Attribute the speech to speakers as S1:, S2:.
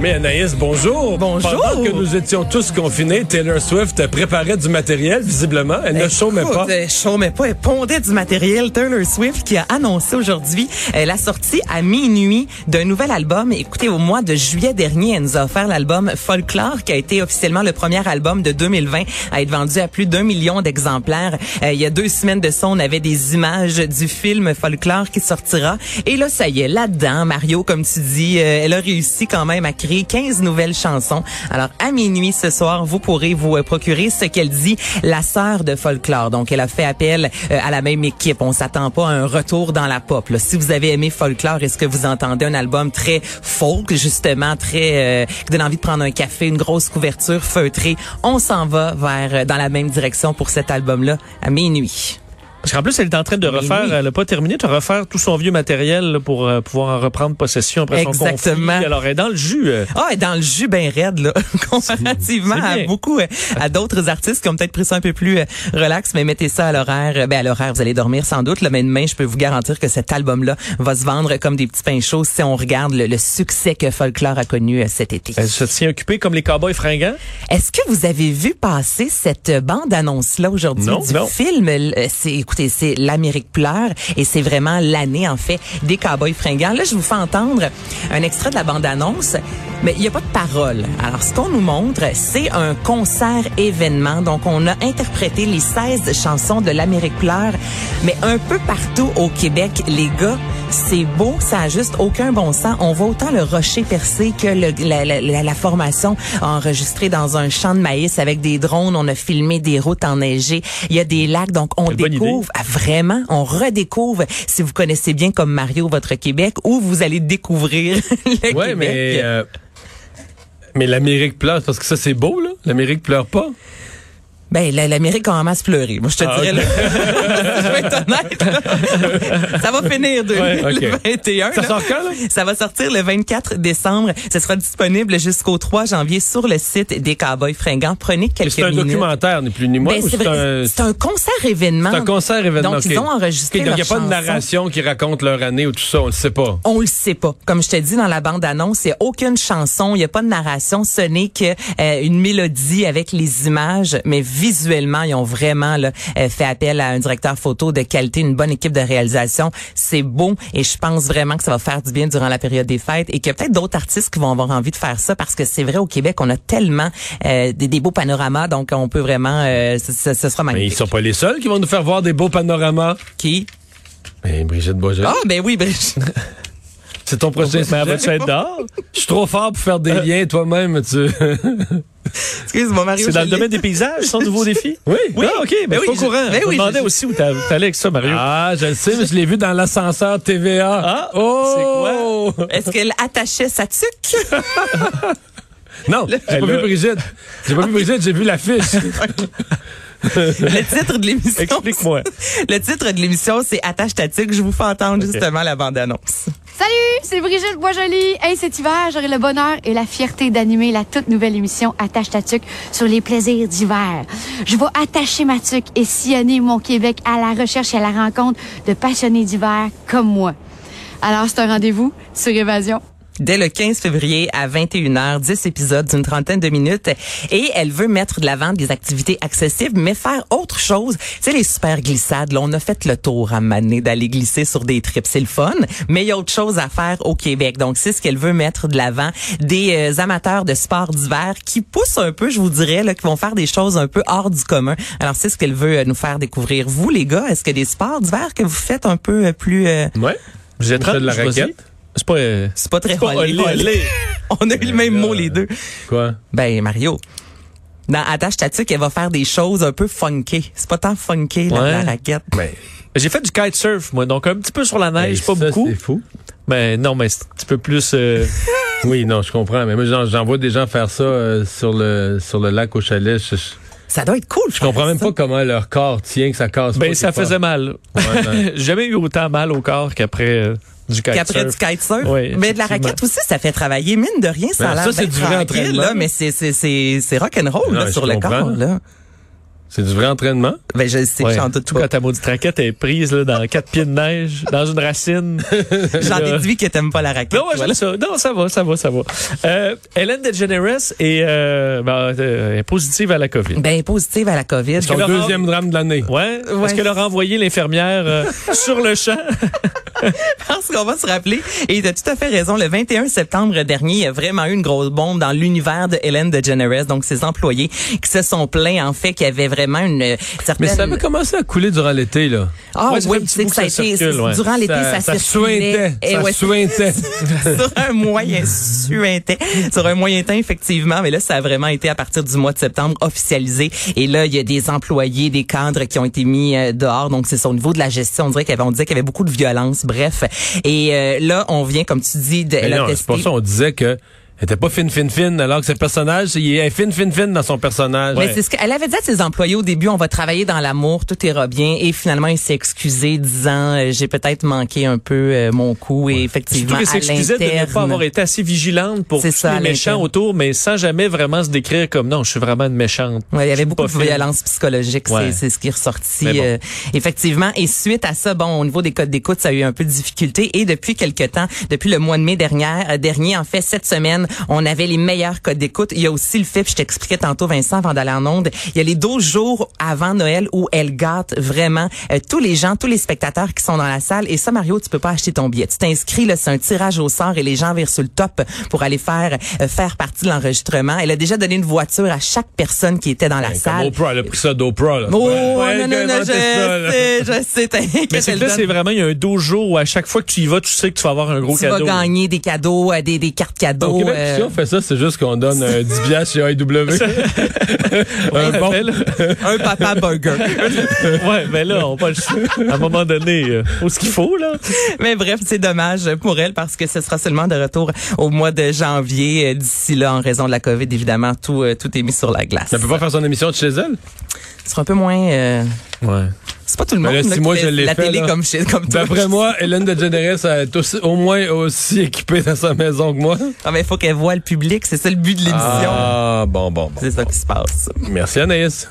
S1: Mais Anaïs, bonjour.
S2: Bonjour.
S1: Pendant que nous étions tous confinés, Taylor Swift préparait du matériel, visiblement. Elle ne
S2: Écoute, euh,
S1: chômait pas.
S2: Elle chômait pas. Elle pondait du matériel. Taylor Swift qui a annoncé aujourd'hui euh, la sortie à minuit d'un nouvel album. Écoutez, au mois de juillet dernier, elle nous a offert l'album Folklore qui a été officiellement le premier album de 2020 à être vendu à plus d'un million d'exemplaires. Euh, il y a deux semaines de ça, on avait des images du film Folklore qui sortira. Et là, ça y est, là-dedans, Mario, comme tu dis, euh, elle a réussi quand même à créer 15 nouvelles chansons. Alors, à minuit ce soir, vous pourrez vous euh, procurer ce qu'elle dit, la sœur de Folklore. Donc, elle a fait appel euh, à la même équipe. On s'attend pas à un retour dans la pop. là. Si vous avez aimé Folklore, est-ce que vous entendez un album très folk, justement, très, euh, qui donne envie de prendre un café, une grosse couverture feutrée? On s'en va vers, euh, dans la même direction pour cet album-là, à minuit.
S3: Parce qu'en plus, elle est en train de
S2: Mais
S3: refaire,
S2: oui.
S3: elle n'a pas terminé, de refaire tout son vieux matériel là, pour euh, pouvoir en reprendre possession après son
S2: Exactement.
S3: conflit. Alors, elle est dans le jus. euh.
S2: Ah, elle est dans le jus ben raide, là, comparativement
S3: c'est
S2: à
S3: bien.
S2: beaucoup, euh, à d'autres artistes qui ont peut-être pris ça un peu plus euh, relax, mais mettez ça à l'horaire. euh, Ben, à l'horaire, vous allez dormir sans doute, là, mais demain, je peux vous garantir que cet album-là va se vendre comme des petits pains chauds si on regarde le, le succès que Folklore a connu euh, cet été.
S3: Elle se tient occupée comme les cowboys fringants.
S2: Est-ce que vous avez vu passer cette euh, bande-annonce-là aujourd'hui
S3: Non,
S2: du
S3: non.
S2: film? L- euh, C'est, écoutez, c'est L'Amérique pleure et c'est vraiment l'année, en fait, des cowboys fringants. Là, je vous fais entendre un extrait de la bande-annonce, mais il n'y a pas de parole. Alors, ce qu'on nous montre, c'est un concert-événement. Donc, on a interprété les 16 chansons de L'Amérique pleure, mais un peu partout au Québec, les gars, c'est beau, ça a juste aucun bon sens. On voit autant le rocher percé que le- la, la- la- la formation enregistrée dans un champ de maïs avec des drones. On a filmé des routes enneigées. Il y a des lacs, donc on
S3: Une bonne
S2: découvre ah, vraiment, on redécouvre. Si vous connaissez bien comme Mario votre Québec, ou vous allez découvrir le
S1: Ouais,
S2: Québec.
S1: mais. euh, mais l'Amérique pleure, parce que ça, c'est beau, là. L'Amérique pleure pas.
S2: Ben, la- l'Amérique a en masse pleuré. Moi, je te
S1: Ah,
S2: dirais, là, je vais être honnête, là. ça va finir 2021.
S1: Ça
S2: là.
S1: sort quand, là?
S2: Ça va sortir le 24 décembre. Ce sera disponible jusqu'au 3 janvier sur le site des Cowboys Fringants.
S1: Mais
S2: Prenez quelques
S1: C'est un
S2: minutes.
S1: documentaire, ni plus ni moins.
S2: Ben,
S1: ou
S2: c'est vrai, c'est un
S1: c'est
S2: concert-événement.
S1: un concert-événement.
S2: Donc,
S1: ok.
S2: ils ont enregistré
S1: Ok, donc, il n'y a
S2: leurs
S1: pas de
S2: chansons.
S1: narration qui raconte leur année ou tout ça, on le sait pas.
S2: On le sait pas. Comme je te dis dans la bande annonce, il y a aucune chanson, il y a pas de narration, ce n'est que euh, une mélodie avec les images, mais visuellement ils ont vraiment là, euh, fait appel à un directeur photo de qualité, une bonne équipe de réalisation. C'est beau et je pense vraiment que ça va faire du bien durant la période des fêtes et que peut-être d'autres artistes qui vont avoir envie de faire ça parce que c'est vrai au Québec on a tellement euh, des, des beaux panoramas donc on peut vraiment euh, ce, ce- ce sera
S1: Mais ils
S2: magnifique.
S1: sont pas les seuls qui vont nous faire voir des beaux panoramas.
S2: Qui
S1: Mais Brigitte Boisjoli,
S2: Ah ben oui, Brigitte.
S1: c'est ton prochain
S3: Mais elle
S1: sujet.
S3: va-tu ben, être dehors?
S1: Je suis trop fort pour faire des liens toi-même. Tu...
S2: excuse-moi Mario.
S3: C'est dans
S2: je l'ai.
S3: le domaine des paysages, son nouveau défi?
S1: Oui.
S3: Oui, ah, OK,
S2: Ben
S3: ben, je
S2: oui,
S3: suis pas au
S2: je-
S3: courant.
S2: ben
S3: je me
S2: oui,
S3: demandais
S2: je-
S3: aussi où t'as- t'allais avec ça, Mario.
S1: Ah, je le sais, mais je l'ai vu dans l'ascenseur TVA.
S3: Ah,
S1: oh! c'est quoi?
S2: Est-ce qu'elle attachait sa tuque
S1: Non, j'ai pas
S3: Elle
S1: vu
S3: a-
S1: Brigitte. J'ai pas vu Brigitte, j'ai vu l'affiche.
S2: Le titre de l'émission.
S3: Explique-moi. Ben,
S2: Le titre de l'émission, c'est Attache Tatique. Je vous fais entendre justement la bande-annonce.
S4: Salut, c'est Brigitte Boisjoli. Hey, cet hiver, j'aurai le bonheur et la fierté d'animer la toute nouvelle émission Attache ta tuque sur les plaisirs d'hiver. Je vais attacher ma tuque et sillonner mon Québec à la recherche et à la rencontre de passionnés d'hiver comme moi. Alors, c'est un rendez-vous sur Évasion.
S2: Dès le 15 février à 21h, 10 épisodes d'une trentaine de minutes. Et elle veut mettre de l'avant des activités accessibles, mais faire autre chose. Tu sais, les super glissades, là, on a fait le tour à Mané d'aller glisser sur des trips. C'est le fun, mais il y a autre chose à faire au Québec. Donc, c'est ce qu'elle veut mettre de l'avant. Des euh, amateurs de sports d'hiver qui poussent un peu, je vous dirais, là, qui vont faire des choses un peu hors du commun. Alors, c'est ce qu'elle veut euh, nous faire découvrir. Vous, les gars, est-ce que des sports d'hiver que vous faites un peu euh, plus... euh,
S1: ouais.
S3: J'ai
S1: On fait de la raquette.
S3: C'est pas. euh,
S2: c'est pas très
S3: pas
S2: relais.
S3: relais.
S2: On a eu le même
S1: là,
S2: mot, les deux.
S1: Quoi?
S2: Ben, Mario. Dans Attache Tatique, elle va faire des choses un peu funky. C'est pas tant funky, la-
S3: Ouais.
S2: la raquette.
S1: Mais,
S3: J'ai fait du kitesurf, moi, donc un petit peu sur la neige, pas
S1: Ben, ça,
S3: beaucoup.
S1: C'est fou.
S3: Mais non, mais c'est un petit peu plus. euh,
S1: Oui, non, je comprends. Mais moi, j'en, j'en vois des gens faire ça euh, sur, le, sur le lac au chalet. Je, je-
S2: Ça doit être cool.
S1: je comprends même pas comment leur corps tient, que ça casse.
S3: ben,
S1: pas,
S3: ça
S1: quelque
S3: faisait mal.
S1: part. Ouais, non.
S3: J'ai jamais eu autant mal au corps qu'après euh, du kitesurf.
S2: Qu'après du kitesurf.
S3: Oui,
S2: mais de la
S3: effectivement.
S2: raquette aussi, ça fait travailler. Mine de rien, ça
S1: Ben,
S2: a l'air
S1: ça, c'est
S2: bien
S1: du vrai
S2: tranquille,
S1: entraînement.
S2: là, mais c'est, c'est, c'est, c'est
S1: Non,
S2: rock'n'roll, là,
S1: je
S2: sur le
S1: comprends.
S2: corps, là.
S1: C'est du vrai entraînement?
S2: Ben, je le sais,
S3: Ouais.
S2: j'en doute
S3: Surtout
S2: pas.
S3: quand ta maudite raquette est prise là, dans quatre pieds de neige, dans une racine.
S2: J'en
S3: Euh,
S2: déduis que t'aimes pas la raquette.
S3: Non, ouais,
S2: toi,
S3: j'aime
S2: là.
S3: ça. Non, ça va, ça va, ça va. Euh, Hélène DeGeneres est, euh, ben, euh, est positive à la COVID.
S2: Ben, positive à la COVID.
S1: Son
S3: que Laurent-
S1: deuxième drame de l'année.
S3: Ouais.
S2: Ouais.
S3: Est-ce qu'elle a renvoyé l'infirmière euh, sur le champ?
S2: pense qu'on va se rappeler. Et tu as tout à fait raison. Le 21 septembre dernier, il y a vraiment eu une grosse bombe dans l'univers de Hélène DeGeneres. Donc, ses employés qui se sont plaints, en fait, qu'il y avait vraiment une euh,
S1: Mais
S2: certaine...
S1: ça avait commencé à couler durant l'été, là.
S2: Ah
S3: Ouais, ça fait
S2: oui,
S3: un petit
S2: c'est
S3: bout
S2: que ça a
S3: que ça
S2: été...
S3: circule, ouais.
S2: Durant l'été, ça,
S1: ça, Euh, ça
S2: circulait.
S1: suintait.
S2: Eh
S1: ça
S2: ouais,
S1: suintait.
S2: sur un moyen suintait, sur un moyen temps effectivement, mais là ça a vraiment été à partir du mois de septembre officialisé et là il y a des employés, des cadres qui ont été mis euh, dehors donc c'est ça au niveau de la gestion, on dirait qu'il y avait on disait qu'il y avait beaucoup de violence bref et euh, là on vient comme tu dis de
S1: Mais
S2: elle a
S1: non, c'est
S2: testé-
S1: pour ça on disait que elle était pas fine, fine, fine, alors que ses personnages, il est fine, fine, fine dans son personnage.
S2: Mais c'est ce qu'elle avait dit à ses employés au début, on va travailler dans l'amour, tout ira bien. Et finalement, il s'est excusé, disant euh, j'ai peut-être manqué un peu euh, mon coup. Et
S3: Surtout
S2: effectivement,
S3: qu'elle
S2: à
S3: s'excusait de ne pas
S2: l'interne-
S3: avoir été assez vigilante pour
S2: C'est
S3: tous
S2: ça, à
S3: les méchants
S2: l'interne.
S3: autour, mais sans jamais vraiment se décrire comme non, je suis vraiment une méchante.
S2: Ouais, il y
S3: Je suis
S2: avait beaucoup
S3: pas
S2: de
S3: fine.
S2: violence psychologique, c'est-
S3: Ouais.
S2: c'est ce qui est ressorti
S3: Mais bon.
S2: euh, effectivement. Et suite à ça, bon, au niveau des codes d'écoute, ça a eu un peu de difficulté. Et depuis quelque temps, depuis le mois de mai dernier, euh, dernier en fait cette semaine, on avait les meilleurs codes d'écoute. Il y a aussi le fait, puis je t'expliquais tantôt Vincent avant d'aller en onde, il y a les 12 jours avant Noël où elle gâte vraiment euh, tous les gens, tous les spectateurs qui sont dans la salle. Et ça, Mario, tu peux pas acheter ton billet. Tu t'inscris, là, c'est un tirage au sort et les gens virent sur le top pour aller faire euh, faire partie de l'enregistrement. Elle a déjà donné une voiture à chaque personne qui était dans la
S3: Ben,
S1: Comme
S2: salle.
S1: Oprah, elle a pris ça d'Oprah, là.
S2: Oh,
S1: Ouais, elle
S2: non, non,
S1: a
S2: non, je
S1: inventé ça, là.
S2: sais, je sais, t'inquiète,
S3: Mais c'est
S2: elle
S3: que là,
S2: donne-
S3: c'est vraiment, il y a un dojo où à chaque fois que tu y vas, tu sais que tu vas avoir un gros
S2: tu
S3: cadeau.
S2: vas gagner des cadeaux, euh, des, des cartes cadeaux.
S1: Au Québec,
S2: euh,
S1: si on fait ça, c'est juste qu'on donne un 10 piastres chez AEW. un bon.
S3: Mais Ben là-
S2: un papa burger.
S3: ouais, mais là, on va le choix. À un moment donné, euh, faut ce qu'il faut, là.
S2: Mais bref, c'est dommage pour elle parce que ce sera seulement de retour au mois de janvier. Euh, D'ici là, en raison de la COVID, évidemment, tout, euh, tout est mis sur la glace.
S1: Elle peut pas faire son émission de chez elle?
S2: Ce sera un peu moins... euh,
S1: Ouais.
S2: c'est pas tout le
S1: Mais
S2: monde
S1: là,
S2: là,
S1: si
S2: qui
S1: moi,
S2: fait
S1: je l'ai
S2: la
S1: fait,
S2: télé
S1: là,
S2: comme chez comme toi.
S1: D'après moi, Hélène DeGeneres elle est aussi- au moins aussi équipée dans sa maison que moi.
S2: Ah, mais il faut qu'elle voie le public, c'est ça le but de l'émission.
S1: Ah, bon, bon, bon.
S2: C'est ça qui se passe.
S1: Merci, Anaïs.